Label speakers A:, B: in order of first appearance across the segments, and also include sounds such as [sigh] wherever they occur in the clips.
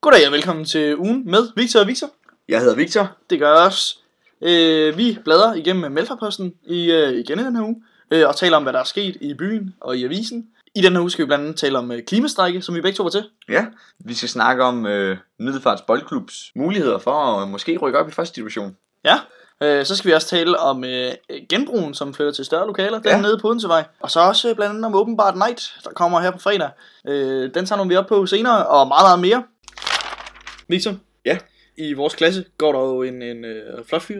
A: Goddag og velkommen til ugen med Victor og Victor.
B: Jeg hedder Victor.
A: Det gør os. Øh, vi bladrer igennem Melfarposten i, øh, igen i den her uge, øh, og taler om, hvad der er sket i byen og i avisen. I den her uge skal vi blandt andet tale om øh, klimastrække, som vi begge to var til.
B: Ja, vi skal snakke om øh, Middelfarts Boldklubs muligheder for at måske rykke op i første division.
A: Øh, så skal vi også tale om øh, genbrugen, som flytter til større lokaler, den ja.
B: Ja.
A: nede på Odensevej. Og så også øh, blandt andet om Åbenbart Night, der kommer her på fredag. Øh, den tager vi op på senere, og meget, meget mere. Victor?
B: Ja?
A: I vores klasse går der jo en, en øh, flot fyr.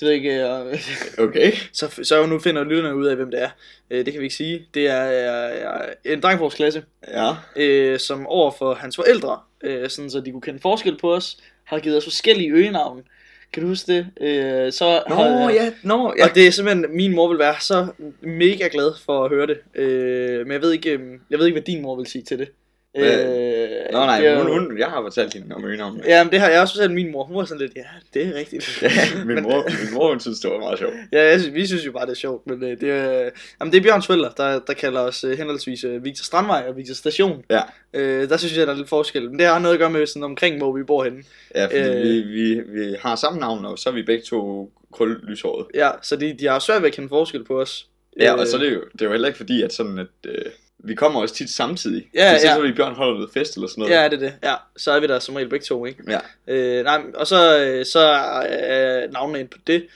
A: Det ved jeg ikke, øh,
B: Okay.
A: så, så nu finder lytterne ud af, hvem det er. Øh, det kan vi ikke sige. Det er øh, en dreng fra vores klasse,
B: Ja.
A: øh, som over for hans forældre, øh, sådan så de kunne kende forskel på os, har givet os forskellige øgenavne. Kan du huske det? Øh, så har,
B: ja. Nå, ja.
A: Og det er simpelthen, min mor vil være så mega glad for at høre det. Øh, men jeg ved, ikke, øh, jeg ved ikke, hvad din mor vil sige til det.
B: Hvad? Nå nej,
A: det er
B: hun,
A: jo-
B: hun, jeg har fortalt hende om øen om.
A: Ja, men det har jeg også fortalt min mor. Hun var sådan lidt, ja, det er rigtigt.
B: [laughs] min, mor, min mor, hun synes, det var meget sjovt.
A: Ja, jeg synes, vi synes jo bare, det er sjovt, men øh, det, er, øh, jamen, det er Bjørns forældre, der, der kalder os øh, henholdsvis øh, Victor Strandvej og Victor Station.
B: Ja.
A: Øh, der synes jeg, der er lidt forskel, men det har noget at gøre med sådan omkring, hvor vi bor henne.
B: Ja, fordi
A: Øh.
B: øh... vi, vi, vi, har samme navn, og så er vi begge to krøl lyshåret.
A: Ja, så de, de har svært ved at kende forskel på os.
B: Ja,
A: Øh,
B: og så er det jo, det er jo heller ikke fordi, at sådan, at øh, vi kommer også tit samtidig.
A: Ja,
B: Så,
A: ja.
B: så, så vi Bjørn holder noget fest eller sådan noget.
A: Ja, det er det. Ja, så er vi der som regel begge to, ikke?
B: Ja.
A: Øh, nej, og så, øh, så er øh, navnene ind på det.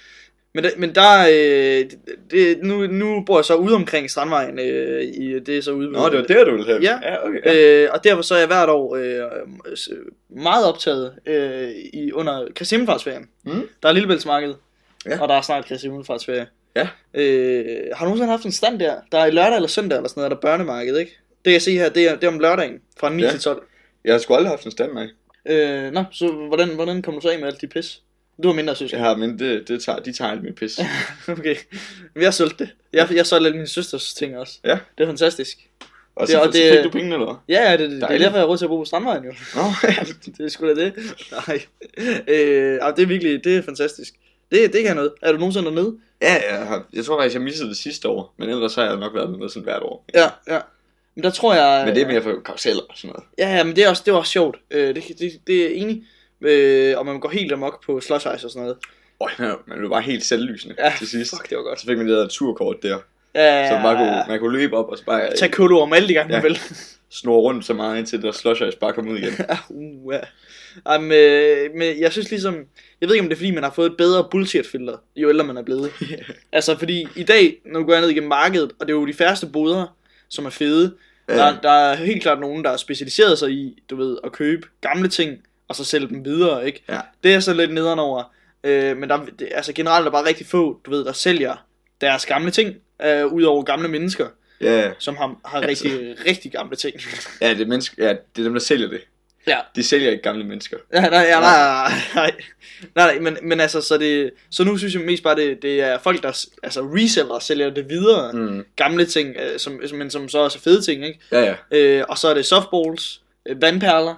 A: Men, der- men der, øh, det, nu, nu bor jeg så ude omkring Strandvejen, øh, i, det er så ude ved-
B: Nå, det var der, du ville have.
A: Ja.
B: ja okay. Ja.
A: Øh, og derfor så er jeg hvert år øh, s- meget optaget øh, i, under Kristi Himmelfartsferien.
B: Mm.
A: Der er Lillebæltsmarked, ja.
B: Ja.
A: og der er snart Kristi Himmelfartsferie.
B: Ja.
A: Øh, har du nogensinde haft en stand der? Der er i lørdag eller søndag eller sådan noget, er der børnemarked, ikke? Det jeg ser her, det er, det er om lørdagen fra 9 ja.
B: Ja.
A: til 12.
B: Jeg har sgu aldrig haft en stand, nej.
A: Øh, nå, så hvordan, hvordan kom du så af med alt de pis? Du har mindre søskende.
B: Jeg har, men det, det tager, de tager alt mit [laughs] pis.
A: Ja. [laughs] okay. Men jeg solgte det. Jeg, jeg solgte alle mine søsters ting også.
B: Ja.
A: Det er fantastisk.
B: Og
A: Det-
B: så,
A: og
B: det,
A: det-
B: så fik du pengene, eller hvad?
A: Ja, ja, det, det, det er
B: Dejligt.
A: derfor, jeg har råd til at bo på Strandvejen jo.
B: Nå, [laughs] ja.
A: [laughs] Det er sgu da det. Nej. Øh, ej, det er virkelig, det er fantastisk. Det, det kan noget. Er du nogensinde dernede?
B: ja, jeg, har, jeg tror faktisk, jeg missede det sidste år. Men ellers har jeg nok været dernede sådan hvert år.
A: Ja, ja. Men der tror jeg...
B: Men det er mere for karuseller og sådan noget.
A: Ja, ja, men det er også, det var også sjovt. Øh, det, det, det er enig. Øh, og man går helt amok på slush ice og sådan noget.
B: Åh, man- man blev bare helt selvlysende
A: Ja,
B: ja, til sidst.
A: Fuck, det var godt.
B: Så fik man det der turkort der,
A: Ja,
B: så man, bare kunne, man kunne løbe op og så bare
A: Tag kolo om alle de gange, ja.
B: Ja.
A: du vil.
B: snurre rundt så meget, indtil der slush ice bare kom ud igen.
A: Ja, uh, ja. Ej, men, øh, men jeg synes ligesom, jeg ved ikke om det er fordi, man har fået et bedre bullshit-filter, jo ældre man er
B: [laughs]
A: blevet. altså fordi i dag, når du går ned igennem markedet, og det er jo de færreste boder, som er fede, Der,
B: ja,
A: der er helt klart nogen, der har specialiseret sig i, du ved, at købe gamle ting, og så sælge dem videre, ikke?
B: Ja.
A: Det er så lidt nedenover. Øh, men der, det, altså generelt er der bare rigtig få, du ved, der sælger deres gamle ting, øh, ud over gamle mennesker,
B: ja,
A: som har, har
B: Altså.
A: rigtig, rigtig gamle ting. [laughs]
B: ja, det er, menneske, ja, det er dem, der sælger det.
A: Ja.
B: De sælger ikke gamle mennesker.
A: ja, nej, ja, nej, nej, nej, nej, men, men altså, så, det, så nu synes jeg mest bare, det, det er folk, der s- altså reseller sælger det videre, mm.
B: Mm.
A: gamle ting, øh, som, men som så også er fede ting, ikke?
B: Ja, ja.
A: Øh, og så er det softballs, øh, vandperler.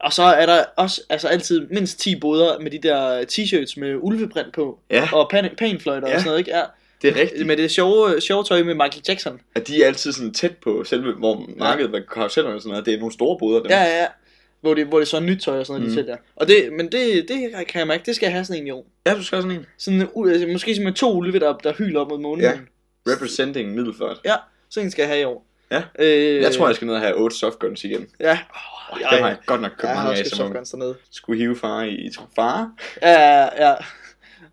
A: Og så er der også altså altid mindst 10 boder med de der øh, t-shirts med ulveprint på.
B: Ja,
A: Og pan, panfløjter ja.
B: Ja.
A: og sådan noget, ikke? Ja,
B: det er rigtigt.
A: med det sjove, sjove tøj med Michael Jackson.
B: At de er altid sådan tæt på selve, hvor markedet, hvor karusellerne og sådan noget, det er nogle store boder. Dem.
A: Ja, ja, ja. Hvor det, hvor det så er nyt tøj og sådan noget, mm. de
B: Mhm.
A: sælger. Og det, men det, det kan jeg mærke, det skal jeg have sådan en i år.
B: ja, du skal have sådan en.
A: Sådan, en u- altså, måske som med to ulve, der, der hyler op mod månen.
B: Ja. Representing Middelfart.
A: Sådan en skal jeg have i år.
B: Ja.
A: Øh,
B: Jeg tror, jeg skal ned og have 8 softguns igen.
A: Ja.
B: Oh,
A: Oh,
B: det har jeg godt nok købt
A: jeg har
B: mange
A: også
B: af,
A: købt
B: som man
A: softguns dernede.
B: skulle hive far i. i tro- Far?
A: Ja, ja.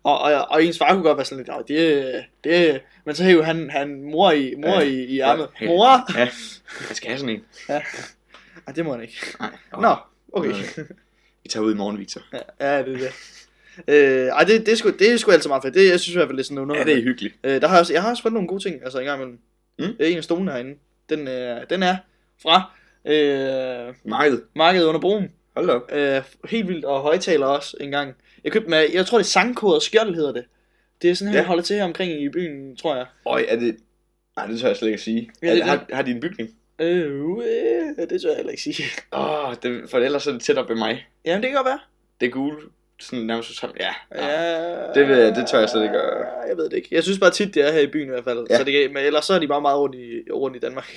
A: Og, og, og ens far kunne godt være sådan lidt, "Nå, det, det, men så hævde han, han mor i, mor
B: Ja.
A: i, i armet.
B: Ja.
A: Mor?
B: Ja, jeg skal have sådan en.
A: Ej, det må han ikke.
B: Nej. åh.
A: Nå, okay.
B: Øh, Vi tager ud i morgen, Victor.
A: [laughs] Ja, det er det. Øh, ej, det, det, er sgu, det er sgu altid meget fedt. Det, jeg synes i hvert fald, det er sådan noget.
B: Ja, det er hyggeligt.
A: øh, der har jeg, også, jeg har også fundet nogle gode ting, altså en gang imellem.
B: Mm.
A: Øh, en af stolene herinde, den, øh, den er fra øh,
B: Markedet.
A: Markedet under broen.
B: Hold da op.
A: Øh, helt vildt, og højtaler også en gang. Jeg købte dem af, jeg tror det er sangkodet skjold hedder det. Det er sådan her,
B: Ja.
A: ja. holder til her omkring i byen, tror jeg.
B: Øj, er det... Nej, det tør jeg slet ikke at sige.
A: Ja,
B: Ja,
A: det-
B: det, har, har de en bygning?
A: Øh, øh, det tør jeg heller ikke sige.
B: Åh, oh, det, for ellers er det tæt op ved mig.
A: Jamen, det kan godt være.
B: Det er gule, sådan nærmest så sammen. Ja, ja.
A: Ja,
B: Ah. Det vil- det tør jeg slet ikke
A: at...
B: at-
A: Jeg ved det ikke. Jeg synes bare tit, det er her i byen i hvert fald. Ja.
B: Ja.
A: Så det, kan- men ellers så er de bare meget rundt i, rundt i Danmark.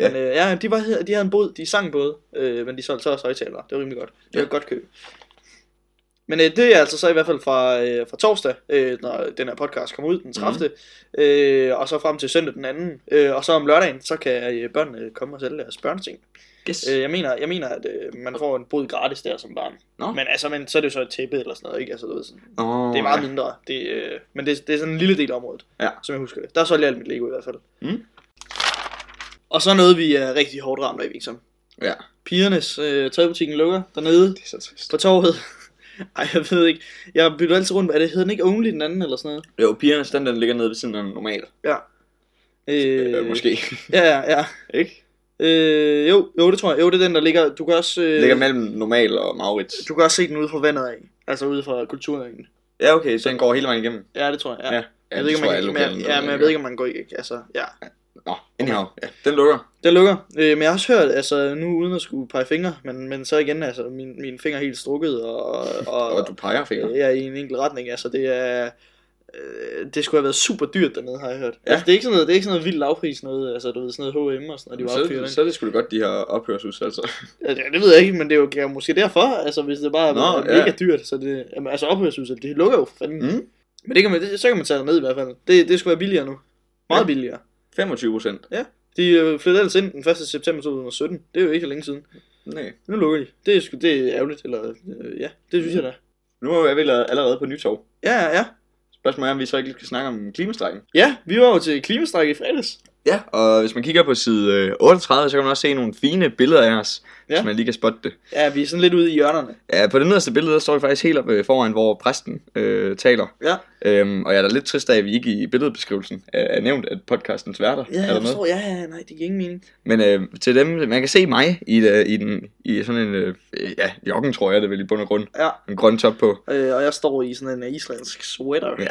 B: Ja.
A: Ja. Men øh, ja, de, var, de havde en båd, de sang både, øh, men de solgte så også højtalere. Det var rimelig godt. Det var
B: Ja.
A: et godt køb. Men øh, det er altså så i hvert fald fra, øh, fra torsdag, øh, når den her podcast kommer
B: Mhm.
A: ud, den 30. Mm. Øh, og så frem til søndag den anden. Øh, og så om lørdagen, så kan øh, børnene komme og sælge deres børneting.
B: Yes.
A: Øh, jeg, mener, jeg mener, at øh, man får en bod gratis der som barn.
B: Nå.
A: Men, altså, men så er det jo så et tæppe eller sådan noget, ikke? Altså, du ved, sådan,
B: oh,
A: det er meget mindre, det, øh, men det, det er sådan en lille del af området,
B: Ja.
A: som jeg husker det. Der solgte jeg alt mit Lego i hvert fald.
B: Mm.
A: Og så noget, vi er rigtig hårdt ramt af, Victor.
B: Ja.
A: Pigernes øh, tøjbutikken lukker dernede
B: Det er så trist.
A: på torvet. [laughs] Ej, jeg ved ikke. Jeg bytter altid rundt med, er det hed den ikke Only den anden eller sådan noget?
B: Jo, pigernes den, den ligger nede ved siden af normalt. Øh, øh, måske.
A: Ja, ja, ja.
B: [laughs] Ikke?
A: Øh, jo, jo, det tror jeg. Jo, det er den, der ligger. Du kan også, øh,
B: ligger mellem normal og Maurits.
A: du kan også se den ude fra vandet af. Altså ude fra kulturen.
B: Ja, okay, så den går hele vejen igennem.
A: Ja, det tror jeg. Ja.
B: Ja,
A: jeg ved ikke, om man, kan, men, ja, men jeg ved ikke, om man går ikke. Altså, ja.
B: Nå, anyhow. Ja, den lukker.
A: Den lukker. Øh, men jeg har også hørt, altså nu uden at skulle pege fingre, men, men så igen, altså min, min finger er helt strukket, og, og,
B: Og du peger fingre.
A: jeg er i en enkelt retning, altså det er... øh, Det skulle have været super dyrt dernede, har jeg hørt.
B: Ja.
A: Ja. Altså, det er ikke sådan noget, det er ikke sådan noget vildt lavpris noget, altså du ved, sådan noget H&M og sådan noget, de var
B: så,
A: opført.
B: så er det sgu da godt, de har ophørsudsalgelser.
A: Altså, det ved jeg ikke, men det er jo kan jo måske derfor, altså hvis det bare
B: Nå,
A: er
B: ja.
A: mega dyrt, så det, jamen, altså ophørshuset, det lukker jo for fanden.
B: Mm.
A: Men det kan man, det, så kan man tage ned i hvert fald. Det, det skulle være billigere nu. Meget
B: Ja.
A: ja. billigere.
B: 25 procent.
A: De øh, flyttede ellers ind den 1. september 2017. Det er jo ikke så længe siden.
B: Nej.
A: Nu lukker de. Det er, sgu, det er ærgerligt, eller øh, ja, det synes jeg da.
B: Nu er vi allerede på nytår.
A: Ja, ja, ja.
B: Spørgsmålet er, om vi så ikke lige skal snakke om klimastrækken.
A: Ja, vi var jo til klimastræk i fredags.
B: Ja, og hvis man kigger på side øh, 38, så kan man også se nogle fine billeder af os, ja.
A: Ja.
B: hvis man lige kan spotte det.
A: Ja, vi er sådan lidt ude i hjørnerne.
B: Ja, på det nederste billede, der står vi faktisk helt oppe øh, foran, hvor præsten øh, taler.
A: Ja.
B: Øhm, og jeg er da lidt trist af, at vi ikke i billedbeskrivelsen er, er nævnt, at podcastens værter
A: Ja,
B: er
A: jeg
B: med.
A: forstår. Ja, ja, nej, det giver ingen mening.
B: Men øh, til dem, man kan se mig i, et, øh, i, den, i sådan en, øh, ja, joggen tror jeg det er vel i bund og grund.
A: Ja,
B: En grøn top på.
A: øh, og jeg står i sådan en øh, islandsk sweater.
B: Ja.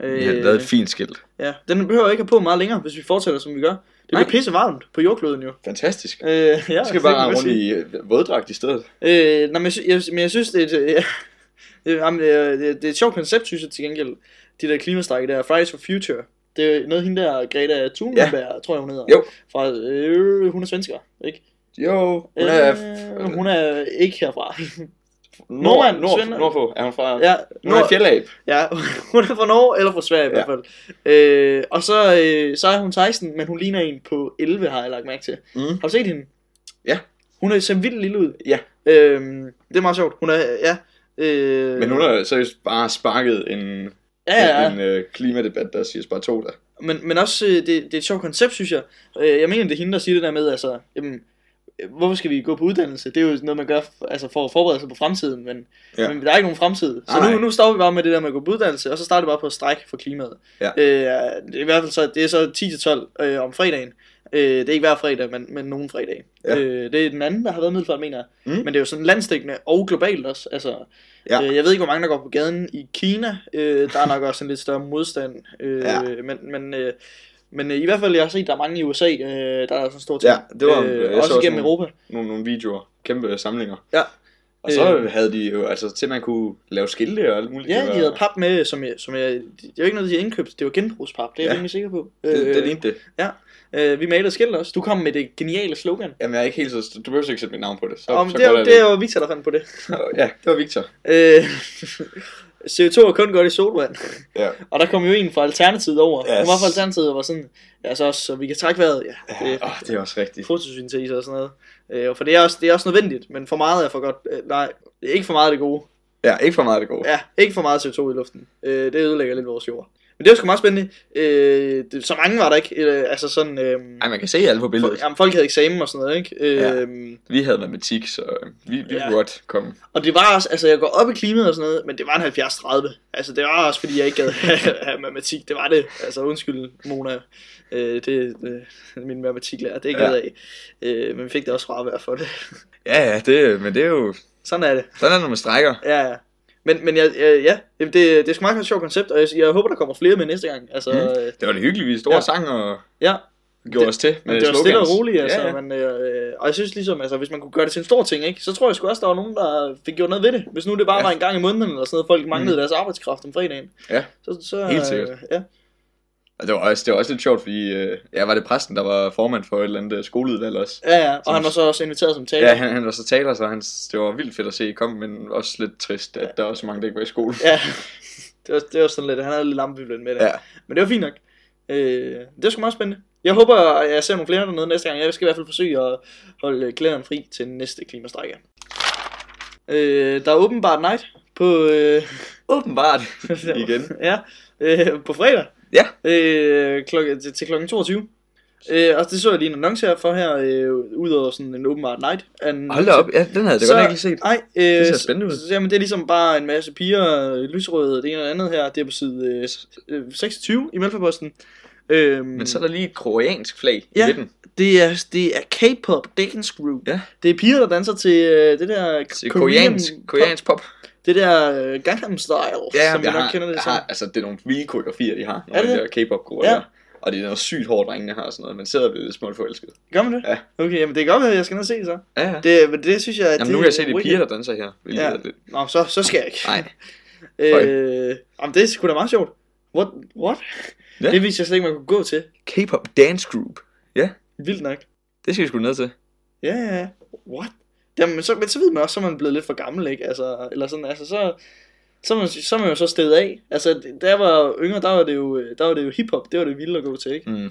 B: Vi har lavet
A: Øh,
B: et fint skilt.
A: ja, den behøver jeg ikke have på meget længere, hvis vi fortsætter, som vi gør. Det
B: Nej.
A: bliver pisse varmt på jordkloden jo.
B: Fantastisk.
A: Øh, ja,
B: Jeg skal
A: det kan
B: bare
A: man
B: rende
A: godt
B: rundt
A: sige.
B: i øh, våddragt i stedet.
A: Øh, nej, men, jeg, sy- jeg, men jeg synes, det er, et, øh, [laughs] det, jamen, det, er, det, er et sjovt koncept, synes jeg til gengæld. De der klimastrække der, Fridays for Future. Det er noget, hende der, Greta Thunberg, ja. tror jeg, hun hedder.
B: Jo.
A: Fra, øh, hun er svensker, ikke?
B: Jo, hun
A: Hun
B: er
A: er,
B: f-
A: øh, hun er ikke herfra.
B: nord,
A: Nordmand,
B: nord,
A: Svend-
B: nordpå. Er hun fra?
A: ja,
B: Hun er
A: nord,
B: fjeldab.
A: ja, [laughs] hun er fra Norge eller fra Sverige i
B: Ja.
A: hvert fald. Øh, og så, øh, så er hun 16, men hun ligner en på 11, har jeg lagt mærke til.
B: Mm.
A: Har du set hende?
B: Ja.
A: Hun er, ser vildt lille ud.
B: Ja.
A: Øhm, det er meget sjovt. Hun er, ja. Øh,
B: Men hun har seriøst bare sparket en,
A: ja, ja, ja.
B: en øh, klimadebat, der siger bare to der.
A: Men, men også, øh, det, det er et sjovt koncept, synes jeg. Øh, jeg mener, det er hende, der siger det der med, altså, jamen, øh, hvorfor skal vi gå på uddannelse? Det er jo noget, man gør f- altså, for at forberede sig på fremtiden, men,
B: Ja.
A: ja. men der er ikke nogen fremtid. Så
B: Nej,
A: nu,
B: nej.
A: nu stopper vi bare med det der med at gå på uddannelse, og så starter vi bare på at strække for klimaet.
B: Ja.
A: Øh, det er i hvert fald så, det er så 10-12 øh, om fredagen. Øh, det er ikke hver fredag, men, men nogen fredag.
B: Ja.
A: Øh, det er den anden, der har været middelfart, mener jeg.
B: Mm.
A: Men det er jo sådan landstækkende og globalt også. Altså,
B: Ja.
A: ja. øh, jeg ved ikke, hvor mange der går på gaden i Kina. Øh, der er nok også en lidt større modstand. Øh,
B: Ja.
A: ja. Men, men, øh, men øh, i hvert fald, jeg har set, der er mange i USA, øh, der er sådan en stor ting.
B: Ja, det var- jeg så
A: også
B: også
A: igennem
B: nogle-
A: Europa.
B: Nogle, nogle videoer. Kæmpe samlinger.
A: Ja.
B: Og så
A: Øh.
B: havde de jo, altså til man kunne lave skilte og alt muligt.
A: Ja,
B: Det var-
A: de havde pap med, som jeg, som jeg, det var ikke noget, de havde indkøbt, det var genbrugspap, det er jeg
B: Ja.
A: ja. rimelig sikker på.
B: Det, det
A: Øh,
B: lignede det.
A: øh, vi malede skilt også, du kom med det geniale slogan.
B: Jamen, jeg er ikke helt så... Du behøver ikke sætte mit navn på det. Så,
A: Om,
B: så
A: det, er,
B: godt
A: jo-
B: det.
A: det er jo Victor, der fandt på det.
B: Ja, det var Victor.
A: Øh, [laughs] CO2 er kun godt i solvand.
B: Ja.
A: Og der kom jo en fra Alternativet over.
B: Ja,
A: Yes. Hun var fra
B: s-
A: Alternativet og var sådan, ja, så, også, så vi kan trække vejret. Ja, det
B: Åh, det er også
A: er
B: rigtigt.
A: fotosyntese og sådan noget. Øh, for det er, også, det er også nødvendigt, men for meget er for godt. Øh, nej, det er ikke for meget af det gode.
B: Ja, ikke for meget det gode.
A: Ja, ikke for meget CO2 i luften. Øh, det ødelægger lidt vores jord. Men det var sgu meget spændende. Øh, det, så mange var der ikke. Øh, altså sådan... Øh,
B: Ej, man kan se alt på billedet.
A: for, jamen, folk havde eksamen og sådan noget, ikke? Øh, ja.
B: Vi havde matematik, så øh, vi, vi
A: Ja.
B: kunne godt komme.
A: Og det var også, altså jeg går op i klimaet og sådan noget, men det var en 70-30. Altså det var også, fordi jeg ikke gad [laughs] have have matematik. Det var det. Altså undskyld, Mona. Øh, det øh, min matematiklærer. Det er ikke
B: Ja.
A: ja. af. Øh, men vi fik det også fravær for det.
B: Ja, ja, det, men det er jo...
A: Sådan er det.
B: Sådan er det, når man strækker.
A: Ja, ja. Men, men jeg, øh, ja, det, det er sgu meget et sjovt koncept, og jeg, jeg håber, der kommer flere med næste gang. Altså,
B: Mm.
A: øh,
B: Det var det hyggeligt, vi stod og
A: Ja.
B: sang og
A: ja,
B: gjorde det, os til
A: men det var stille og
B: slogans.
A: roligt, altså,
B: Ja,
A: ja,
B: ja.
A: ja. Men, øh, og jeg synes ligesom, altså, hvis man kunne gøre det til en stor ting, ikke, så tror jeg sgu også, der var nogen, der fik gjort noget ved det. Hvis nu det bare
B: Ja.
A: ja. var en gang i måneden, eller sådan noget, folk manglede mm. deres arbejdskraft om fredagen.
B: Ja.
A: Så, så,
B: Helt
A: øh,
B: sikkert.
A: Ja.
B: Og det var også, det var også lidt sjovt, fordi øh, ja, var det præsten, der var formand for et eller andet øh, skoleudvalg også.
A: Ja, ja. Og
B: Som-
A: han var så også inviteret som taler.
B: Ja, han, han var så taler, så han, det var vildt fedt at se komme, men også lidt trist, at der var så mange, der ikke var i skole. [laughs]
A: ja. Det, var, det var sådan lidt, han havde lidt lampebiblen med det.
B: Ja.
A: Men det var fint nok. Øh, det var sgu meget spændende. Jeg håber, at jeg ser nogle flere dernede næste gang. Jeg skal i hvert fald forsøge at holde klæderen fri til næste klimastrække. Øh, der er åbenbart night på... Øh, [laughs]
B: Åbenbart. Igen.
A: ja, øh, på fredag.
B: Ja.
A: Øh, klokke, til, til klokken 22. Øh, og det så jeg lige en annonce her for her, øh, ud over sådan en åbenbart night. En,
B: Hold da op, ja, den havde jeg da
A: Så-
B: godt nok ikke set.
A: Nej, øh,
B: Det ser spændende ud.
A: så, jamen, det er ligesom bare en masse piger, øh, lysrøde, det ene og det andet her. Det er på side øh, s- øh, 26 i Melfa-posten. Øhm,
B: Men så er der lige et koreansk flag
A: Ja.
B: i midten.
A: det er, det er K-pop Dance Group.
B: Ja.
A: Det er piger, der danser til øh, det der
B: Til
A: Korean
B: koreansk,
A: pop.
B: koreansk pop.
A: Det der øh, Gangnam Style, som vi
B: jeg
A: nok
B: har,
A: kender det
B: jeg
A: som.
B: har, altså, det er nogle vilde koreografier, de har,
A: Er
B: nogle
A: det
B: af de der K-pop-grupper
A: Ja.
B: ja. der. Og det er noget sygt hårdt, drengene har og sådan noget. Man sidder og bliver lidt småt forelsket.
A: Gør man det?
B: Ja.
A: Okay, jamen det er godt, at jeg skal ned og se det så.
B: Ja, ja. Det,
A: Det, men det synes jeg... at
B: Jamen, nu kan jeg se,
A: er
B: det er
A: wicked.
B: piger, der danser her. Hvilket
A: Ja.
B: ja. er lidt...
A: Nå, så, så skal jeg ikke.
B: Nej. føj.
A: øh, jamen, det er sgu da meget sjovt. What? What?
B: Ja.
A: Det vidste jeg slet ikke, man kunne gå til.
B: K-pop dance group.
A: Vildt nok.
B: Det skal vi sgu ned til.
A: Ja, ja, ja. What? Jamen, men så, men så ved man også, så er man blevet lidt for gammel, ikke? Altså, eller sådan, altså, så, så, er man, så er man jo så stedet af. Altså, da jeg var yngre, der var det jo, øh, der var det jo hiphop, det var det vildt at gå til, ikke?
B: Mm.
A: Nu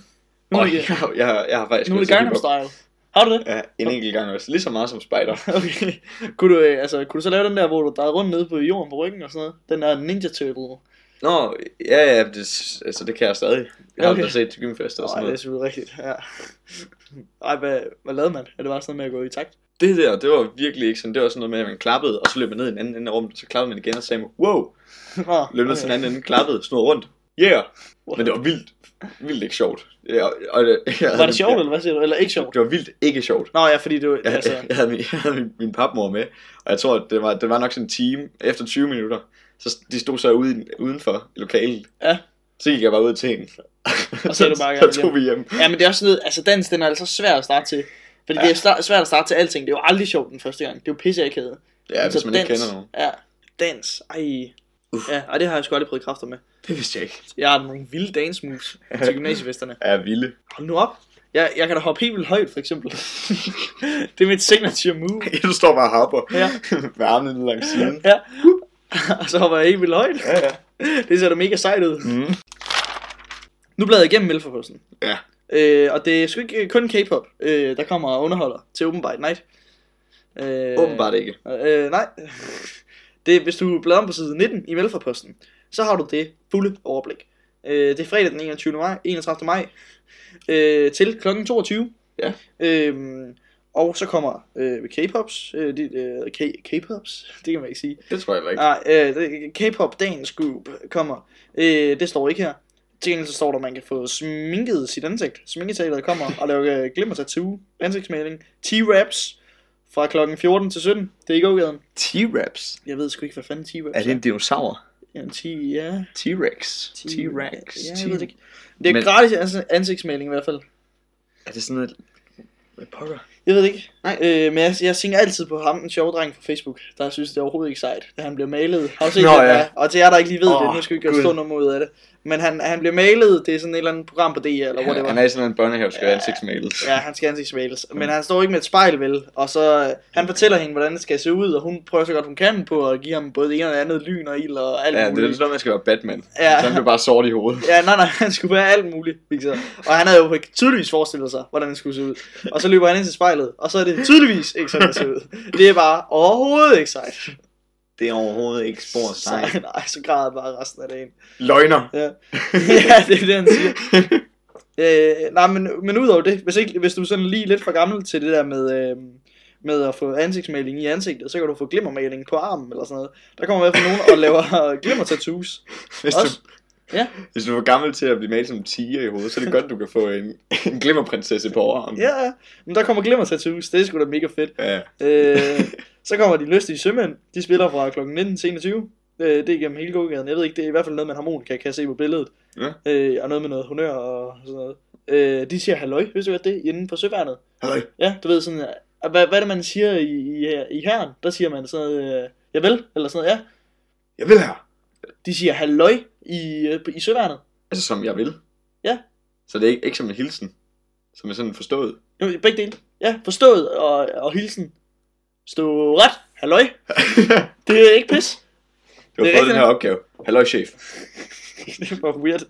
A: er
B: Øj,
A: det,
B: jeg, har- jeg, har- jeg har faktisk
A: nu er det
B: gået til
A: Gangnam
B: hiphop.
A: Style. Har du det? [laughs]
B: Ja, en enkelt gang også. Lige så meget som spider.
A: Okay. kunne, du, øh, altså, kunne du så lave den der, hvor du drejede rundt nede på jorden på ryggen og sådan noget? Den der Ninja Turtle.
B: Nå, ja, ja, det, altså, det kan jeg stadig. Jeg har
A: Okay.
B: aldrig set til gymfester og
A: Nej,
B: sådan
A: det er
B: noget.
A: selvfølgelig rigtigt, ja. Ej, hvad, hvad lavede man? Er det bare sådan noget med at gå i takt?
B: Det der, det var virkelig ikke sådan. Det var sådan noget med, at man klappede, og så løb man ned i en anden ende af rummet, og så klappede man igen og sagde, man, wow,
A: Nå,
B: løb ned til den anden ende, klappede, snod rundt. Yeah!
A: What?
B: Men det var vildt, vildt ikke sjovt. Ja, og det, jeg,
A: Var det sjovt, eller hvad siger du? Eller ikke sjovt?
B: Det var vildt ikke sjovt.
A: Nå ja, fordi det var,
B: Jeg,
A: altså...
B: jeg, havde min, jeg havde min, min papmor med, og jeg tror, at det var, det var nok sådan en time, efter 20 minutter, så de stod så ude, udenfor i lokalet.
A: Ja.
B: Så gik jeg bare ud til hende.
A: Og sagde du bare,
B: [laughs] så,
A: jeg
B: så tog vi hjem.
A: Ja, men det er også noget, altså dans, den er altså svær at starte til. Fordi ja. det er sta- svært at starte til alting. Det er jo aldrig sjovt den første gang. Det er jo pisseakavet.
B: Ja, hvis
A: Så
B: man ikke
A: dans,
B: kender nogen.
A: Ja, dans. Ej.
B: Uff.
A: Ja, og det har jeg sgu aldrig prøvet kræfter med.
B: Det vidste jeg ikke.
A: Jeg har nogle vilde dance
B: [laughs]
A: moves til gymnasiefesterne.
B: Ja, vilde. [laughs]
A: Hold nu op. Jeg, jeg kan da hoppe helt vildt højt, for eksempel. [laughs] det er mit signature move.
B: du står bare og hopper
A: Ja.
B: [laughs] med armene langs siden.
A: Ja. [laughs] Og så hopper jeg helt vildt højt.
B: Ja, ja.
A: [laughs] Det ser da mega sejt ud.
B: Mm.
A: Nu bladrer jeg igennem Melforposten.
B: Ja.
A: Øh, og det er sgu ikke kun K-pop, øh, der kommer og underholder til Open by Night. Øh,
B: Åbenbart ikke.
A: Øh, nej. [laughs] Det, er- hvis du bladrer om på side 19 i Velfærdsposten, så har du det fulde overblik. Øh, det er fredag den 21. maj, 31. maj øh, til kl. 22.
B: Ja.
A: Øhm, og så kommer øh, K-pops, øh, de, øh, K- K-pops, [laughs] det kan man ikke sige.
B: Det tror jeg heller ikke.
A: Nej, øh, det- K-pop Dagens Group kommer. Øh, det står ikke her. Til gengæld så står der, at man kan få sminket sit ansigt. Sminketalet kommer og laver øh, glimmer tattoo, ansigtsmaling, T-raps fra klokken 14 til 17. Det er i gågaden.
B: T-Rex.
A: Jeg ved sgu ikke, hvad fanden T-raps
B: Er det en dinosaur?
A: er. En T, ja.
B: T-Rex.
A: T-
B: T-Rex.
A: Ja,
B: T-
A: jeg ved det ikke. Det er
B: Men-
A: gratis ans- ansigtsmaling i hvert fald.
B: Er det sådan noget... Hvad pokker?
A: Jeg ved det ikke.
B: Nej.
A: Øh, men jeg, jeg tænker altid på ham, den sjove dreng fra Facebook, der synes, det er overhovedet ikke sejt, da han bliver malet. Har du set
B: Nå,
A: det?
B: ja.
A: Ja. Og til jer, der ikke lige ved oh, det,
B: Åh,
A: nu skal vi gøre
B: Gud.
A: stort nummer ud af det. Men han, han bliver malet, det er sådan et eller andet program på DR, eller hvor det
B: Han,
A: var.
B: han er i sådan en børnehave, skal
A: Ja.
B: ja. ansigtsmales.
A: Ja, han skal ansigtsmales. Men han står ikke med et spejl, vel? Og så øh, han fortæller hende, hvordan det skal se ud, og hun prøver så godt, hun kan på at give ham både det ene og det andet lyn og ild og alt
B: Ja, det er
A: muligt.
B: lidt noget, man skal være Batman.
A: Ja.
B: Ja. Så han bliver bare sort i hovedet.
A: Ja, nej, [laughs] nej, han skulle være alt muligt, Victor. Og han havde jo tydeligvis forestillet sig, hvordan det skulle se ud. Og så løber han ind til spejlet, og så er det tydeligvis ikke sådan, det ser ud. Det er bare overhovedet ikke sejt.
B: Det er overhovedet ikke spor
A: Så, [laughs] nej, så græder jeg bare resten af dagen.
B: [laughs]
A: [laughs]
B: Løgner.
A: Ja, ja det er det, han siger. Øh, nej, men, men udover det, hvis, ikke, hvis du er sådan lige lidt for gammel til det der med, øh, med at få ansigtsmaling i ansigtet, så kan du få glimmermaling på armen eller sådan noget. Der kommer i hvert fald nogen og laver [laughs] glimmertattoos.
B: Hvis
A: Også-
B: du,
A: Ja.
B: hvis du er for gammel til at blive malet som en tiger i hovedet, så er det godt, du kan få en, en glimmerprinsesse på armen.
A: Ja, ja. Men der kommer glimmertattoos, det er sgu da mega fedt.
B: ja.
A: Øh, så kommer de lystige sømænd. De spiller fra kl. 19 til 21. Øh, det er igennem hele gågaden. Jeg ved ikke, det er i hvert fald noget med en harmonika, kan jeg se på billedet.
B: Ja.
A: Øh, og noget med noget honør og sådan noget. Øh, de siger halløj, hvis du hvad det, er, inden på søværnet.
B: Halløj.
A: Ja, du ved sådan, øh, hvad, hvad er det, man siger i, i, i herren? Der siger man sådan noget, øh, javel, eller sådan noget, ja.
B: Jeg vil her.
A: De siger halløj i, øh, i søværnet.
B: Altså, som jeg vil. Så det er ikke, ikke som en hilsen, som er sådan
A: [laughs]
B: forstået.
A: Jo, i begge dele. Ja, forstået og, og hilsen. Stå ret. Halløj. Det er ikke pis.
B: Du har
A: Det er
B: fået den
A: rigtigt.
B: her opgave. Halløj, chef.
A: [laughs] det var weird.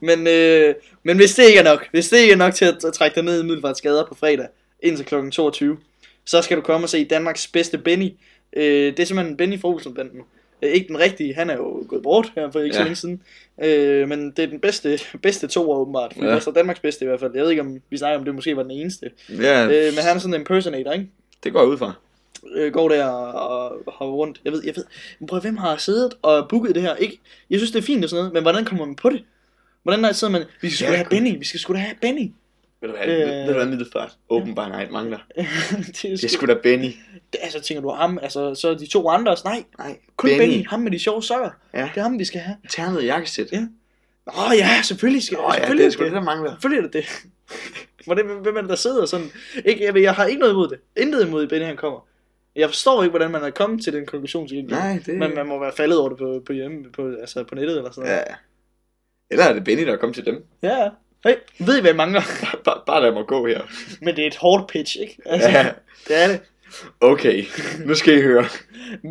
A: men, øh, men hvis det ikke er nok, hvis det ikke er nok til at, at trække dig ned i Middelfarts gader på fredag, indtil kl. 22, så skal du komme og se Danmarks bedste Benny. Øh, det er simpelthen Benny fra Olsen-banden. Øh, ikke den rigtige, han er jo gået bort her for ikke ja. så
B: Ja.
A: længe siden. Øh, men det er den bedste, bedste to åbenbart. Ja.
B: Ja.
A: Der står Danmarks bedste i hvert fald. Jeg ved ikke, om vi snakker om det måske var den eneste.
B: Ja,
A: Øh, men han er sådan en impersonator, ikke?
B: det går jeg ud fra.
A: øh, går der og, og hopper rundt. Jeg ved, jeg ved, men prøv, at- hvem har siddet og booket det her? Ikke, jeg synes, det er fint og sådan noget, men hvordan kommer man på det? Hvordan er- sidder man, vi skal sgu
B: Ja,
A: da have
B: gud.
A: Benny, vi skal sgu da have Benny. [laughs]
B: Ved du hvad,
A: Øh.
B: øh... ved du hvad middelfart? Open by night mangler.
A: det er
B: Det
A: sgu,
B: er sgu da Benny.
A: det, altså tænker du ham, altså så er de to andre også, nej,
B: Nej,
A: kun Benny. Benny, ham med de sjove sokker,
B: Ja,
A: det er ham, vi skal have.
B: ternet jakkesæt.
A: Ja. Åh oh, ja, selvfølgelig skal,
B: Åh ja,
A: selvfølgelig
B: det er sgu det, der mangler.
A: Selvfølgelig er det det. [laughs] Hvordan, hvem er det, der sidder sådan? Ikke, jeg, ved- jeg har ikke noget imod det. Intet imod, at Benny han kommer. Jeg forstår ikke, hvordan man er kommet til den konklusion. til gengæld.
B: Nej, det...
A: Men man må være faldet over det på, på hjemme, på, altså på nettet eller sådan noget.
B: Ja. Eller er det Benny, der er kommet til dem? [laughs]
A: Ja. ja. Hey, ved I, hvad jeg mangler? [laughs]
B: bare, bare lad mig gå her.
A: Men det er et hårdt pitch, ikke? Altså,
B: Ja,
A: ja. Det er det.
B: okay. Nu skal I høre.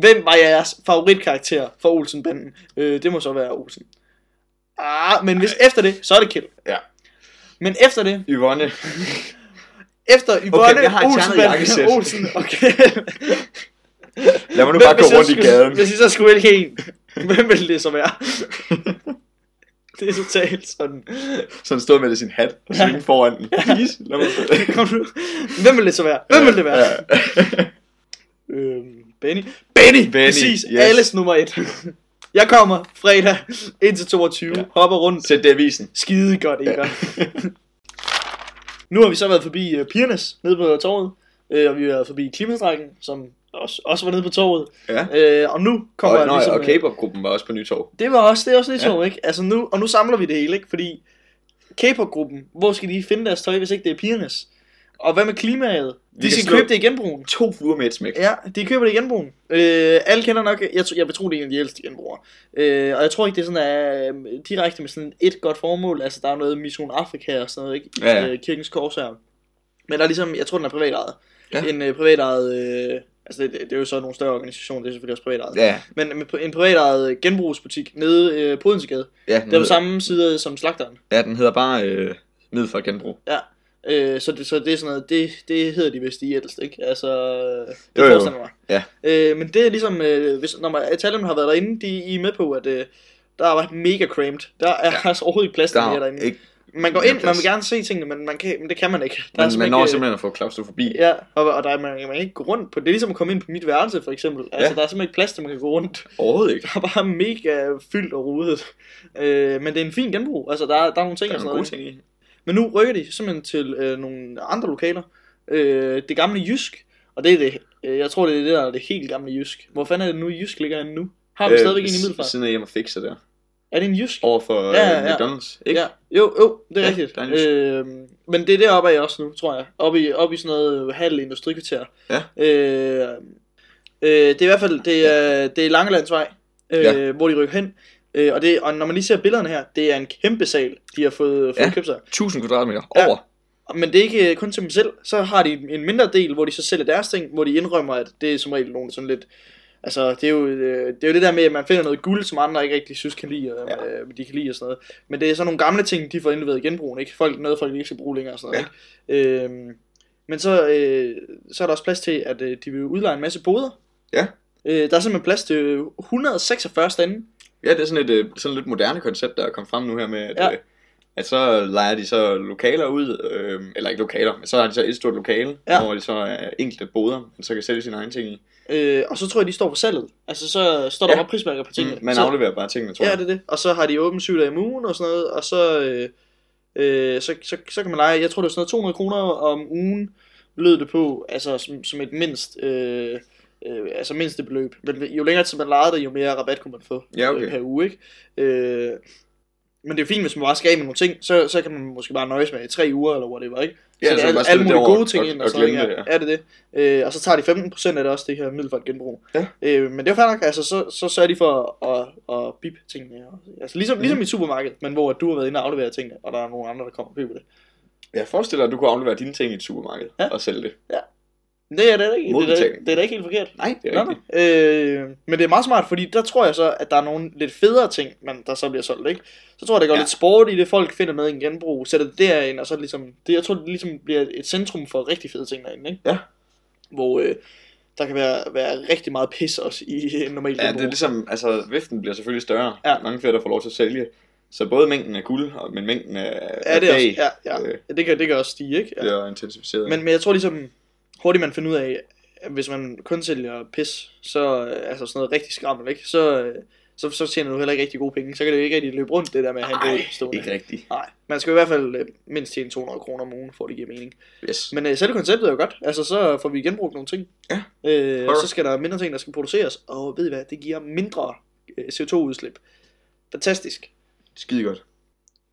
A: Hvem var jeres favoritkarakter for Olsen-banden? Øh, det må så være Olsen. Ah, men hvis efter det, så er det Kjeld.
B: Ja.
A: Men efter det,
B: Yvonne.
A: efter Yvonne,
B: jeg har et ternet jakkesæt.
A: Olsen, Olsen og Kjeld.
B: Lad mig nu
A: Hvem-
B: bare gå
A: hvis jeg
B: rundt i
A: skulle-
B: gaden. [laughs]
A: Hvis I så skulle vælge en, hvem ville det så være? [laughs] Det er totalt sådan.
B: Sådan stod med det sin hat og svinge foran den. Please, lad mig
A: Kom nu. Hvem ville det så være? Hvem ville det være?
B: Ja. [laughs]
A: Øhm, Benny. Benny!
B: Benny,
A: Præcis,
B: yes.
A: yes. alles nummer et. Jeg kommer fredag indtil 22, ja.
B: Ja.
A: hopper rundt.
B: Sæt det i avisen.
A: Skide godt, Inger. Ja. nu har vi så været forbi uh, Pirnes, nede på torvet. Uh, og vi har været forbi Klimastrækken, som også, også var nede på torvet.
B: Ja.
A: Uh, og nu kommer
B: Og, nå,
A: ligesom,
B: og
A: øh,
B: K-pop-gruppen var også på Nytorv.
A: det var også, det er også lidt ja. sjovt, ikke? Altså nu, og nu samler vi det hele, ikke? Fordi K-pop-gruppen, hvor skal de finde deres tøj, hvis ikke det er pigernes? Og hvad med klimaet?
B: kan
A: De skal
B: slå-
A: købe det i genbrugen.
B: To fluer med et smæk.
A: Ja, de køber det i genbrugen. Øh, alle kender nok, jeg, tr- jeg vil tro, det er en af de ældste genbrugere. Øh, og jeg tror ikke, det er sådan, at, øh, direkte med sådan et godt formål. Altså, der er jo noget Mission Afrika og sådan noget, ikke?
B: Ja, ja.
A: Øh, kirkens kors her. Men der er ligesom, jeg tror, den er privatejet.
B: Ja.
A: En øh, privatejet, øh, altså det, det, det, er jo så nogle større organisationer, det er selvfølgelig også privatejet.
B: Ja,
A: Men med en privatejet øh, genbrugsbutik nede øh, på Odensegade.
B: ja
A: Det er på samme side som slagteren.
B: ja, den hedder bare øh, Middel for genbrug.
A: Øh, så, det, så det er sådan noget, det, det hedder de, hvis de er ældst, ikke? Altså, det
B: Jo, jo.
A: forestiller mig.
B: Ja.
A: Øh, men det er ligesom, øh, hvis, når man, Italien har været derinde, de I er med på, at øh, der har været mega cramped. Der er ja. [laughs] altså overhovedet ikke plads til
B: Der
A: det her
B: er
A: derinde.
B: ikke,
A: Man går ind, man
B: plads.
A: vil gerne se tingene, men, man kan, men det kan man ikke. Der
B: man, man når
A: ikke,
B: simpelthen at få klaustrofobi.
A: Ja, og, og der er, man, man kan ikke gå rundt på det. Det er ligesom at komme ind på mit værelse, for eksempel. Altså,
B: Ja.
A: der er simpelthen ikke plads til, man kan gå rundt.
B: Overhovedet ikke.
A: Der er bare mega fyldt og rodet. Øh, men det er en fin genbrug. Altså, der, er- der er nogle ting
B: Der
A: og
B: er
A: sådan
B: nogle
A: noget.
B: gode ting i.
A: Men nu rykker de simpelthen til øh, nogle andre lokaler. Øh, det gamle Jysk, og det er det. Øh, jeg tror, det er det, der er det helt gamle Jysk. Hvor fanden er det nu, Jysk ligger henne nu? Har vi øh, stadigvæk en i
B: s-
A: Middelfart?
B: Siden af hjemme og fikser der.
A: Er det en Jysk?
B: Over for øh, Ja, ja, ja. McDonald's. Ikke?
A: Ja, jo, jo, det er
B: Ja,
A: rigtigt.
B: der er en Jysk.
A: Øh, men det er deroppe af også nu, tror jeg. Oppe i, oppe i sådan noget halv industrikvarter.
B: Ja.
A: Øh, øh, det er i hvert fald, det er, det er Langelandsvej, øh,
B: Ja.
A: hvor de rykker hen. Øh, og, det, og når man lige ser billederne her, det er en kæmpe sal, de har fået, fået
B: Ja.
A: købt sig.
B: 1000 kvadratmeter.
A: Ja.
B: Over.
A: Men det er ikke øh, kun til dem selv. Så har de en mindre del, hvor de så sælger deres ting, hvor de indrømmer, at det er som regel nogen sådan lidt... Altså, det er, jo, øh, det er jo det der med, at man finder noget guld, som andre ikke rigtig synes kan lide, og,
B: Ja.
A: ja. øh, de kan lide og sådan noget. Men det er sådan nogle gamle ting, de får indleveret i genbrugen, ikke? Folk, noget folk ikke skal bruge længere og sådan noget, ja. ikke? Øhm, men så, øh, så er der også plads til, at øh, de vil udleje en masse boder.
B: Ja.
A: Øh, der er simpelthen plads til 146 stande.
B: Ja, det er sådan et øh, sådan lidt moderne koncept, der er kommet frem nu her med, at,
A: Ja.
B: ja. at så leger de så lokaler ud, øh, eller ikke lokaler, men så har de så et stort lokale,
A: Ja.
B: ja. hvor de så er enkelte boder, man så kan sælge sine egne ting i.
A: Øh, og så tror jeg, de står på salget. Altså, så står der
B: Ja. Mm,
A: bare prismærker på tingene.
B: Man
A: så,
B: afleverer bare tingene, tror
A: Ja,
B: jeg.
A: det er det. Og så har de åbent syv dage om ugen og sådan noget, og så, øh, øh, så, så, så kan man lege, jeg tror det er sådan noget 200 kroner om ugen, lød det på, altså som, som et mindst, øh, øh, altså mindste øh, beløb. Men jo længere tid man lejede det, jo mere rabat kunne man få
B: Ja, okay.
A: øh, per uge, ikke? Øh, Men det er fint, hvis man bare skal af med nogle ting, så, så kan man måske bare nøjes med i tre uger eller whatever, ikke?
B: Ja,
A: så
B: så
A: det er
B: bare
A: alle,
B: stille
A: alle
B: det
A: mulige
B: over
A: gode ting
B: og-
A: ind, og,
B: og
A: sådan
B: glemme
A: noget,
B: det,
A: ja. Er det det? Øh, og så tager de 15% af det også, det her middelfart genbrug.
B: Ja.
A: Øh, men det er fair nok, altså så, så sørger de for at, at, at bip tingene. Altså ligesom, ligesom i supermarkedet, men hvor du har været inde og afleveret tingene, og der er nogle andre, der kommer og køber det.
B: Jeg forestiller dig, at du kunne aflevere dine ting i et supermarked
A: Ja.
B: og sælge det.
A: Men Det er da ikke, det er, da-
B: Modbetaling.
A: det er da ikke helt forkert.
B: Nej, det er
A: Nå,
B: rigtigt.
A: nå. øh, men det er meget smart, fordi der tror jeg så, at der er nogle lidt federe ting, man, der så bliver solgt, ikke? Så tror jeg, der går
B: Ja.
A: lidt sport i det, folk finder med i en genbrug, sætter det derind, og så ligesom, det, jeg tror, det ligesom bliver et centrum for rigtig fede ting derinde, ikke?
B: Ja.
A: Hvor øh, der kan være, være rigtig meget pis også i en normal
B: Ja,
A: genbrug.
B: det er ligesom, altså viften bliver selvfølgelig større.
A: Ja.
B: Mange flere, der får lov til at sælge. Så både mængden af guld, og, men mængden af,
A: ja,
B: af
A: det er
B: dag,
A: også, ja, ja.
B: øh,
A: ja det, kan, det kan også stige, ikke? Ja.
B: bliver intensificeret.
A: Men, men jeg tror ligesom, hurtigt man finder ud af, at hvis man kun sælger pis, så øh, altså sådan noget rigtig skrammel, ikke? Så, øh, så, så tjener du heller ikke rigtig gode penge. Så kan det jo ikke rigtig løbe rundt, det der med at have en
B: Ej,
A: båd stående.
B: ikke rigtigt.
A: Nej, man skal i hvert fald øh, mindst tjene 200 kroner om ugen, for at det giver mening.
B: Yes.
A: Men øh, selve konceptet er jo godt. Altså, så får vi genbrugt nogle ting.
B: Ja.
A: Øh,
B: Alright.
A: så skal der mindre ting, der skal produceres. Og ved I hvad, det giver mindre øh, CO2-udslip. Fantastisk.
B: Skide godt.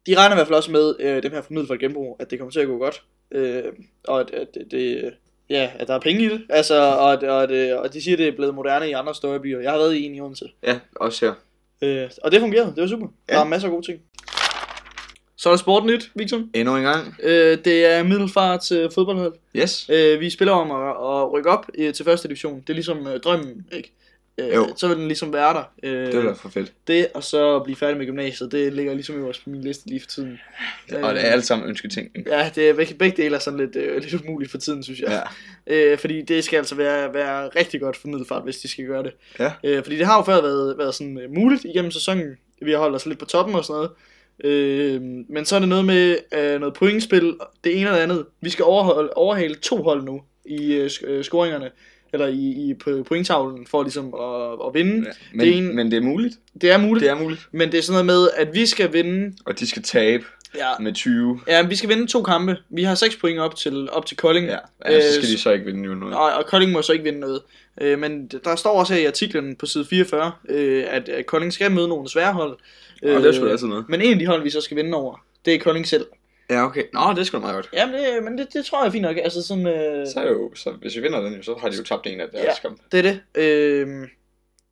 A: De regner i hvert fald også med, øh, dem her fra Middelfart Genbrug, at det kommer til at gå godt. Øh, og at, at det, det, øh, ja, at der er penge i det. Altså, og, at, og, at, øh, og de siger, at det er blevet moderne i andre større byer. Jeg har været i en i Odense.
B: Ja, også her.
A: Øh, og det fungerede. Det var super.
B: Ja.
A: Der er masser af gode ting. Så er der sportnyt, Victor.
B: Endnu en gang.
A: Øh, det er Middelfarts øh, fodboldhold.
B: Yes.
A: Øh, vi spiller om at, at rykke op øh, til første division. Det er ligesom øh, drømmen, ikke? Øh,
B: Jo.
A: Så vil den ligesom være der. Øh,
B: Det var da for fedt.
A: det, og så blive færdig med gymnasiet, det ligger ligesom øverst på min liste lige for tiden.
B: Og det er alt sammen ønsketænkning.
A: Ja, det er begge, begge dele er sådan lidt, øh, lidt umuligt for tiden, synes jeg.
B: Ja.
A: Øh, fordi det skal altså være, være rigtig godt for Middelfart, hvis de skal gøre det.
B: Ja.
A: Øh, fordi det har jo før været, været sådan øh, muligt igennem sæsonen. Vi har holdt os lidt på toppen og sådan noget. Øh, men så er det noget med øh, noget pointspil, det ene og det andet. Vi skal overholde, overhale to hold nu i øh, sk- øh, scoringerne, eller i, i på pointtavlen, for ligesom at, at vinde. Ja.
B: Ja. Men,
A: Det er en-
B: men det er muligt.
A: Det er muligt,
B: Det
A: ja.
B: er muligt.
A: men det er sådan noget med, at vi skal vinde...
B: Og de skal tabe
A: Ja,
B: med 20.
A: ja vi skal vinde to kampe. Vi har seks point op til, op til Kolding.
B: Ja, ja så
A: Øh,
B: skal de så ikke vinde jo noget.
A: Og, og Kolding må så ikke vinde noget. Øh, men der står også her i artiklen på side 44, øh, at, at Kolding skal møde nogle svære hold. Øh,
B: Og det er sgu da altid noget.
A: Men en af de hold, vi så skal vinde over, det er Kolding selv.
B: Ja, okay. Nå, det er sgu da meget godt.
A: Jamen, det, men det, det tror jeg er fint nok. Altså sådan, øh,
B: Så er jo, så hvis vi vinder den, jo, så har de jo tabt en af deres
A: Ja.
B: ja. kampe.
A: det er det. Øh,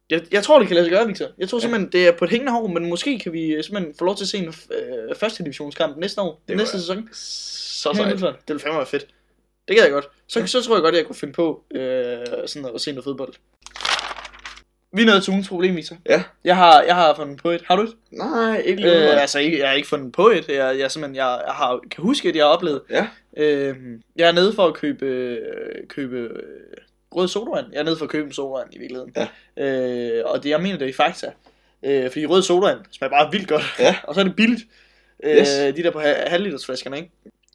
A: jeg, jeg tror, det kan lade sig gøre, Victor. Jeg tror simpelthen, det er på et hængende hår, men måske kan vi øh, simpelthen få lov til at se en øh, første divisionskamp næste år,
B: Det
A: næste
B: var-
A: sæson.
B: Så
A: Her i
B: sejt.
A: Midtjylland. Det ville fandme være fedt. Det gad jeg godt. Så, så tror jeg godt, jeg kunne finde på øh, sådan at se noget fodbold. Vi er nået til ugens problem, Victor.
B: Ja.
A: Jeg har, jeg har fundet på et. Har du et?
B: Nej, ikke lige
A: Øh,
B: øh,
A: altså, ikke- jeg har ikke fundet på et. Jeg, jeg, simpelthen, jeg, jeg har, kan huske, at jeg har oplevet.
B: Ja.
A: Øh, jeg er nede for at købe, øh, købe øh, rød sodavand. Jeg er nede for at købe en sodavand i virkeligheden.
B: Ja.
A: Øh, og det, jeg mener, det er i Fakta. Øh, fordi rød sodavand smager bare vildt godt.
B: Ja.
A: og så er det billigt.
B: Yes.
A: Øh, de der på ha- halvlitersflaskerne, ikke?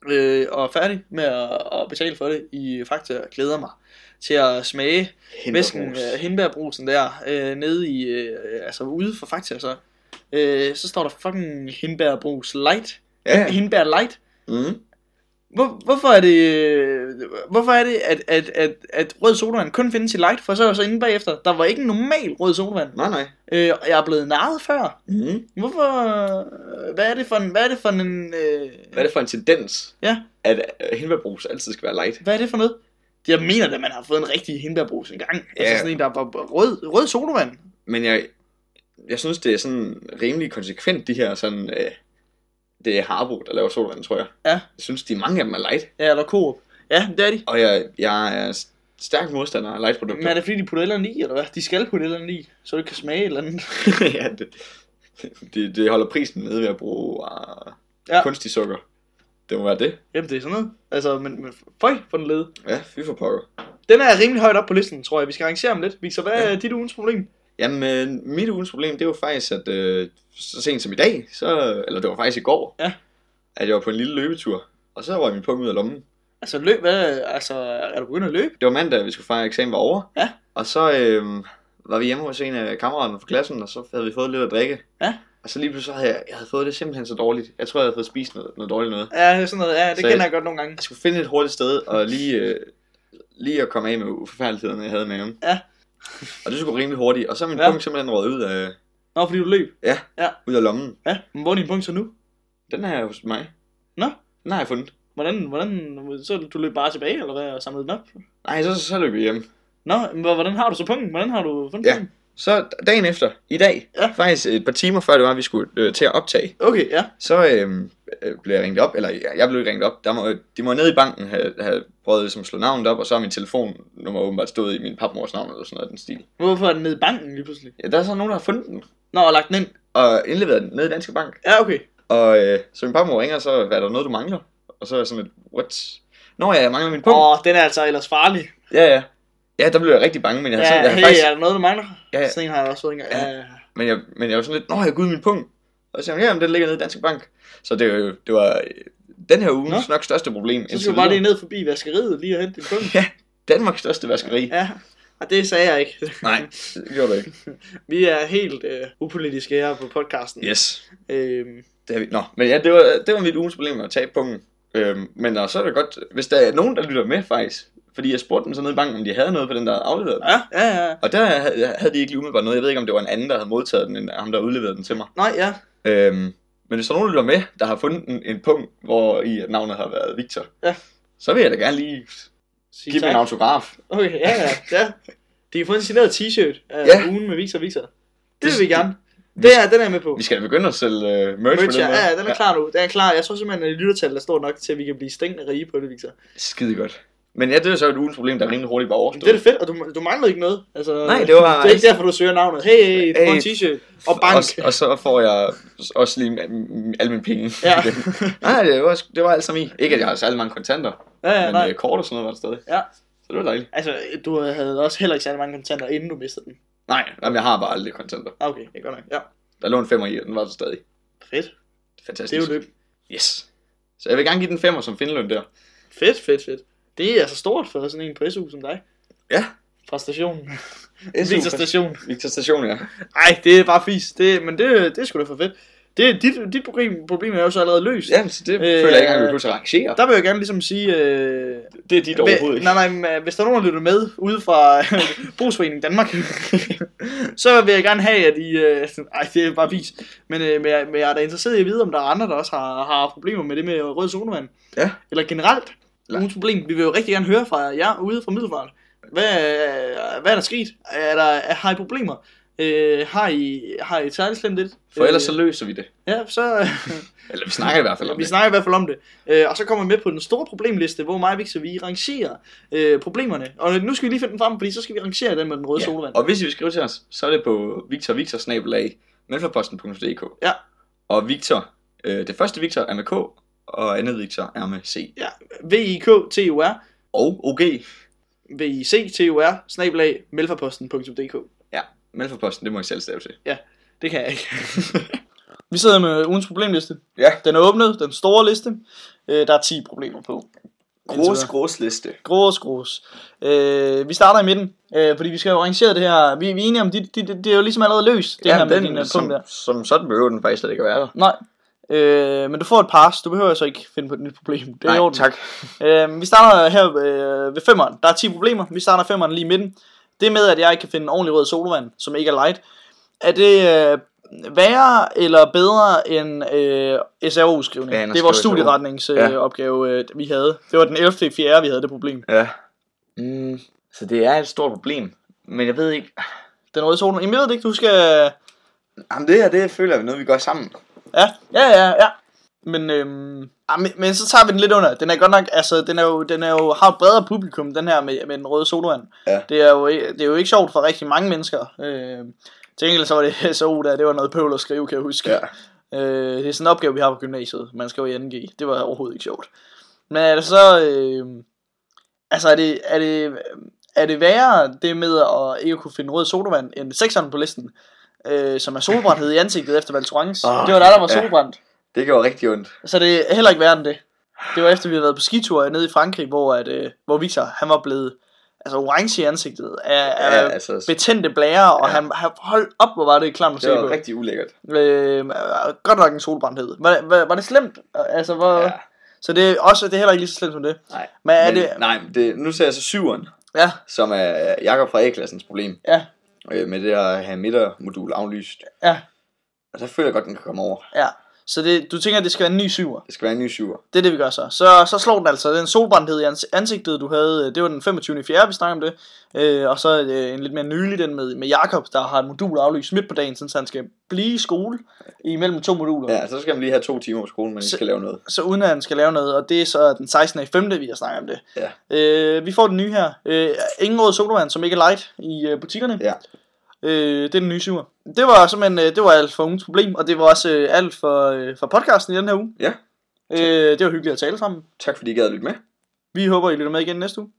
A: Øh, og er færdig med at, at betale for det i Fakta. og Glæder mig til at smage væsken, øh, hindbærbrusen der, øh, nede i, øh, altså ude for Fakta så, øh, så står der fucking hindbærbrus light,
B: Ja.
A: ja. hindbær light.
B: Mm.
A: Hvor, hvorfor er det, øh, hvorfor er det at, at, at, at rød sodavand kun findes i light, for så er jeg så inde bagefter, der var ikke en normal rød sodavand,
B: Nej, nej.
A: øh, og jeg er blevet narret før.
B: Mm.
A: Hvorfor, øh, hvad er det for en, hvad er det for en, øh,
B: Hvad er det for en tendens,
A: Ja.
B: at øh, hindbærbrus altid skal være light?
A: Hvad er det for noget? Jeg mener da, man har fået en rigtig hindbærbrus engang. Ja. Altså
B: Ja.
A: sådan en, der var rød, rød sodavand.
B: Men jeg, jeg synes, det er sådan rimelig konsekvent, de her sådan... Øh, det er Harbo, der laver sodavand, tror jeg.
A: Ja.
B: Jeg synes, de mange af dem er light.
A: Ja, eller Coop. Ja, det er de.
B: Og jeg, jeg er s- stærk modstander af lightprodukter.
A: Men er det fordi, de putter et eller andet i, eller hvad? De skal putte et eller andet i, så du kan smage et eller andet.
B: [laughs]
A: [laughs]
B: ja, det, det, det holder prisen nede ved at bruge uh,
A: Ja.
B: ja. kunstig sukker. Det må være det.
A: Jamen, det er sådan noget. Altså, men, men føj for den led.
B: Ja, fy for pokker.
A: Den er rimelig højt op på listen, tror jeg. Vi skal arrangere om lidt. Victor, hvad er dit ugens problem?
B: Jamen, øh, mit ugens problem, det var faktisk, at øh, så sent som i dag, så, eller det var faktisk i går,
A: Ja.
B: at jeg var på en lille løbetur. Og så var min pung ud af lommen.
A: Altså, løb, hvad, altså, er du begyndt at løbe?
B: Det var mandag, vi skulle fejre, at eksamen var over.
A: Ja.
B: Og så øh, var vi hjemme hos en af kammeraterne fra klassen, og så havde vi fået lidt at drikke.
A: Ja.
B: Og så lige pludselig havde jeg, jeg havde fået det simpelthen så dårligt. Jeg tror, jeg havde fået spist noget, noget dårligt noget.
A: Ja, sådan noget. Ja, det
B: Så-
A: kender jeg godt nogle gange.
B: Jeg skulle finde et hurtigt sted og lige, øh, lige at komme af med forfærdelighederne, jeg havde i maven.
A: Ja.
B: Og det skulle gå rimelig hurtigt. Og så er min
A: Ja.
B: ja. pung simpelthen røget ud af,
A: Nå, fordi du løb.
B: Ud af lommen.
A: Ja, men hvor er din punkt så nu?
B: Den er hos mig.
A: Nå.
B: Den har jeg fundet.
A: Hvordan, hvordan, så du løb bare tilbage, eller hvad, og samlede den op?
B: Nej, så, så løb vi hjem.
A: Nå, men hvor- hvordan har du så punkten? Hvordan har du fundet
B: Ja.
A: punkten?
B: Så dagen efter, i dag,
A: Ja.
B: ja. faktisk et par timer før det var, at vi skulle øh, til at optage,
A: Okay, ja.
B: så øh, øh, blev jeg ringet op, eller jeg, jeg blev ikke ringet op. Der må, de må ned i banken have, have prøvet ligesom, at slå navnet op, og så har min telefonnummer åbenbart stået i min papmors navn eller sådan noget af den stil.
A: Hvorfor er den nede i banken lige pludselig?
B: Ja, der er så nogen, der har fundet den
A: Nå, og lagt den ind.
B: og indleveret den ned i Danske Bank.
A: Ja, okay.
B: Og øh, så min papmor ringer, så er der noget, du mangler? Og så er jeg sådan et, what? Nå ja, jeg mangler min punkt.
A: Åh, oh, den er altså ellers farlig.
B: Ja, ja. Ja, der blev jeg rigtig bange, men jeg,
A: Ja,
B: har sådan, jeg har
A: hey,
B: faktisk...
A: er der noget, du mangler?
B: Ja, ja.
A: Sådan en har jeg også fået engang. Ja,
B: Ja.
A: ja.
B: Men jeg, men jeg var sådan lidt, nå, jeg gud min pung. Og så sagde hun, ja, men den ligger nede i Danske Bank. Så det, var jo- det var øh, den her ugens
A: Nå.
B: nok største problem.
A: Så
B: indtil
A: skal du bare
B: videre.
A: lige ned forbi vaskeriet lige og hente din punkt.
B: Ja, Danmarks største vaskeri. Ja.
A: [laughs] Ja, og det sagde jeg ikke. [laughs]
B: Nej, det gjorde du ikke.
A: Vi er helt øh, upolitiske her på podcasten.
B: Yes.
A: Øhm,
B: Det er vi. Nå, men ja, det var, det var mit ugens problem at tage pungen. Øhm, men og så er det godt, hvis der er nogen, der lytter med faktisk. Fordi jeg spurgte dem så nede i banken, om de havde noget på den, der havde afleveret den.
A: ja, ja, ja.
B: Og der havde, havde de ikke lige umiddelbart noget. Jeg ved ikke, om det var en anden, der havde modtaget den, end ham, der udleverede den til mig.
A: Nej, ja.
B: Øhm, men hvis der er nogen, der lytter med, der har fundet en, en punkt, hvor i at navnet har været Victor,
A: Ja.
B: så vil jeg da gerne lige
A: Sig
B: give mig en autograf.
A: Okay, ja, ja, ja. De kan få en signeret t-shirt af
B: Ja.
A: ja. ugen med Victor Victor. Det
B: Det-
A: vil vi gerne.
B: det-
A: Det er, den er jeg med på.
B: Vi skal da begynde at sælge uh, merch, på
A: Merch,
B: den
A: ja,
B: måde.
A: ja, den er klar nu. Den er klar. Jeg tror simpelthen, at lyttertallet er stort nok til, at vi kan blive stængende rige på det, Victor.
B: Skide godt. Men ja, det er så et ugens problem, der rimelig hurtigt var
A: Men
B: overstået.
A: det er da fedt, og du, du manglede ikke noget. Altså,
B: Nej, det var-
A: Det er ikke derfor, du søger navnet. Hey, hey, du får en
B: Hey.
A: t-shirt. Og bank.
B: Og, og så får jeg også lige mm, alle mine penge.
A: Ja. [laughs]
B: Nej, det var, det var alt sammen i. Ikke, at jeg har særlig mange kontanter,
A: ja, ja,
B: men
A: nej.
B: øh, kort og sådan noget var der stadig.
A: Ja.
B: Så det var dejligt.
A: Altså, du havde også heller ikke særlig mange kontanter, inden du mistede den.
B: Nej, jamen, jeg har bare aldrig kontanter.
A: Ah, Okay, det er godt nok. Ja,
B: Der lå en femmer i, og den var der stadig.
A: fedt. Det
B: Fantastisk.
A: er jo det.
B: Yes. Så jeg vil gerne give den femmer som finløn der.
A: Fedt, fedt, fedt. Det er altså stort for sådan en på SU som dig.
B: Ja.
A: Fra stationen. Victor
B: Victor,
A: station.
B: Victor Station, ja.
A: Nej, det er bare fis. Det, men det, det er sgu da for fedt. Det, dit, dit problem, problem er jo så allerede løst.
B: Jamen, så det øh,
A: Øh,
B: føler jeg ikke engang, vi pludselig arrangerer.
A: Der vil jeg gerne ligesom sige... Øh,
B: Det er dit overhovedet ikke.
A: nej, nej, men, øh, hvis der er nogen, der lytter med ude fra øh, Brugsforeningen Danmark, [laughs] så vil jeg gerne have, at I... Øh, ej, det er bare vis. Men, øh, men, jeg, men jeg er da interesseret i at vide, om der er andre, der også har, har problemer med det med rød zonevand.
B: Ja.
A: Eller generelt.
B: Nej.
A: Ugens problem. Vi vil jo rigtig gerne høre fra jer ude fra Middelfart. Hvad, øh, hvad er der sket? Er der, er, har I problemer? Øh, har, I, har I særlig slemt lidt?
B: For ellers så
A: Øh,
B: løser vi det.
A: Ja, så...
B: Eller vi snakker i hvert fald om
A: Vi
B: det.
A: snakker i hvert fald om det. Øh, og så kommer vi med på den store problemliste, hvor mig og Victor, vi rangerer øh, problemerne. Og nu skal vi lige finde den frem, fordi så skal vi rangere den med den røde ja. solvand.
B: Ja. Og hvis I vil skrive til os, så er det på victorvictor-mellemforposten.dk
A: Ja.
B: Og Victor, øh, det første Victor er med K, og andet Victor er med C.
A: V-I-K-T-U-R,
B: Og OG,
A: V-I-C-T-U-R, snablag, melfaposten.dk.
B: mellemforposten, det må I selv stave til.
A: Det kan jeg ikke. [laughs] vi sidder med ugens problemliste.
B: Ja.
A: Den er åbnet, den store liste. Øh, der er 10 problemer på.
B: Gros, gros liste.
A: Grås, grås. Øh, vi starter i midten, øh, fordi vi skal jo rangere det her. Vi, vi er enige om, det de, de, de er jo ligesom allerede løst, det her med øh, den, dine
B: som,
A: punkter.
B: som sådan behøver den faktisk slet ikke at være der.
A: Nej. Øh, men du får et pass. Du behøver altså ikke finde på et nyt problem. Det er i
B: Nej,
A: orden.
B: tak.
A: Øh, vi starter her øh, ved femmeren. Der er 10 problemer. Vi starter femmeren lige i midten. Det med, at jeg ikke kan finde en ordentlig rød sodavand, som ikke er light. Er det øh, værre eller bedre end øh,
B: Ja,
A: SRO-skrivning?
B: end at
A: Det er vores
B: skrive SRO.
A: studieretningsopgave, øh,
B: Ja.
A: opgave, øh, vi havde. Det var den 11. 4. vi havde det problem.
B: Ja. Mm, så det er et stort problem. Men jeg ved ikke...
A: Den røde sodavand. Jamen, jeg ved det ikke, du skal...
B: Jamen det her, det føler vi noget, vi gør sammen.
A: Ja, ja, ja, ja. Men, øhm, ah, men, men så tager vi den lidt under. Den er godt nok, altså, den er jo, den er jo, har et bredere publikum, den her med, med den røde sodavand.
B: Ja.
A: Det, er jo, i- det er jo ikke sjovt for rigtig mange mennesker. Øh, til gengæld så var det [laughs] SO der, det var noget pøvl at skrive, kan jeg huske.
B: Ja.
A: Øh, det er sådan en opgave, vi har på gymnasiet. Man skal jo i 2G. Det var overhovedet ikke sjovt. Men er det så, øh, altså er det, er det, er det værre det med at ikke kunne finde rød sodavand end sekseren på listen? Øh, som er solbrændthed i ansigtet efter Valtorans.
B: Ah,
A: Oh, det var der, der var
B: ja.
A: solbrændt.
B: Det gjorde rigtig ondt.
A: Så det er heller ikke værre end det. Det var efter, vi havde været på skitur nede i Frankrig, hvor, at, øh, hvor Victor, han var blevet altså, orange i ansigtet af, af ja,
B: altså,
A: betændte blære, og
B: Ja.
A: han, han holdt op, hvor var det klamt at se
B: det var
A: på.
B: rigtig ulækkert.
A: Øh, godt nok en solbrændthed. Var, var, var det slemt? Altså, var, ja.
B: Ja.
A: Så det er, også, det er heller ikke lige så slemt som det.
B: Nej.
A: Men er
B: Men,
A: det...
B: nej, men det, nu ser jeg så syveren,
A: Ja,
B: som er Jakob fra A-klassens problem.
A: ja.
B: øh, med det at have midtermodul aflyst.
A: Ja.
B: Og så føler jeg godt, den kan komme over.
A: Så det, du tænker, at det skal være en ny syver.
B: Det skal være en ny syver.
A: Det er det, vi gør så. Så, så slår den altså den solbrændthed i ans- ansigtet, du havde. øh, Det var den 25. i 4. vi snakker om det. Øh, og så øh, en lidt mere nylig den med, med Jakob der har et modul aflyst midt på dagen, sådan, så han skal blive i skole imellem to moduler.
B: Ja, så skal man lige have to timer på skolen, men
A: Så-
B: ikke skal lave noget.
A: Så uden at han skal lave noget, og det er så den 16. i 5. vi har snakket om det.
B: Ja.
A: Øh, vi får den nye her. Øh, ingen rød sodavand, som ikke er light i øh, butikkerne.
B: Ja.
A: Øh, det er den nye syver. Det var simpelthen, øh, det var alt for ungens problem, og det var også øh, alt for, øh, for podcasten i den her uge.
B: Ja.
A: Øh, det var hyggeligt at tale sammen.
B: Tak fordi I gad at lytte med.
A: Vi håber, I lytter med igen næste uge.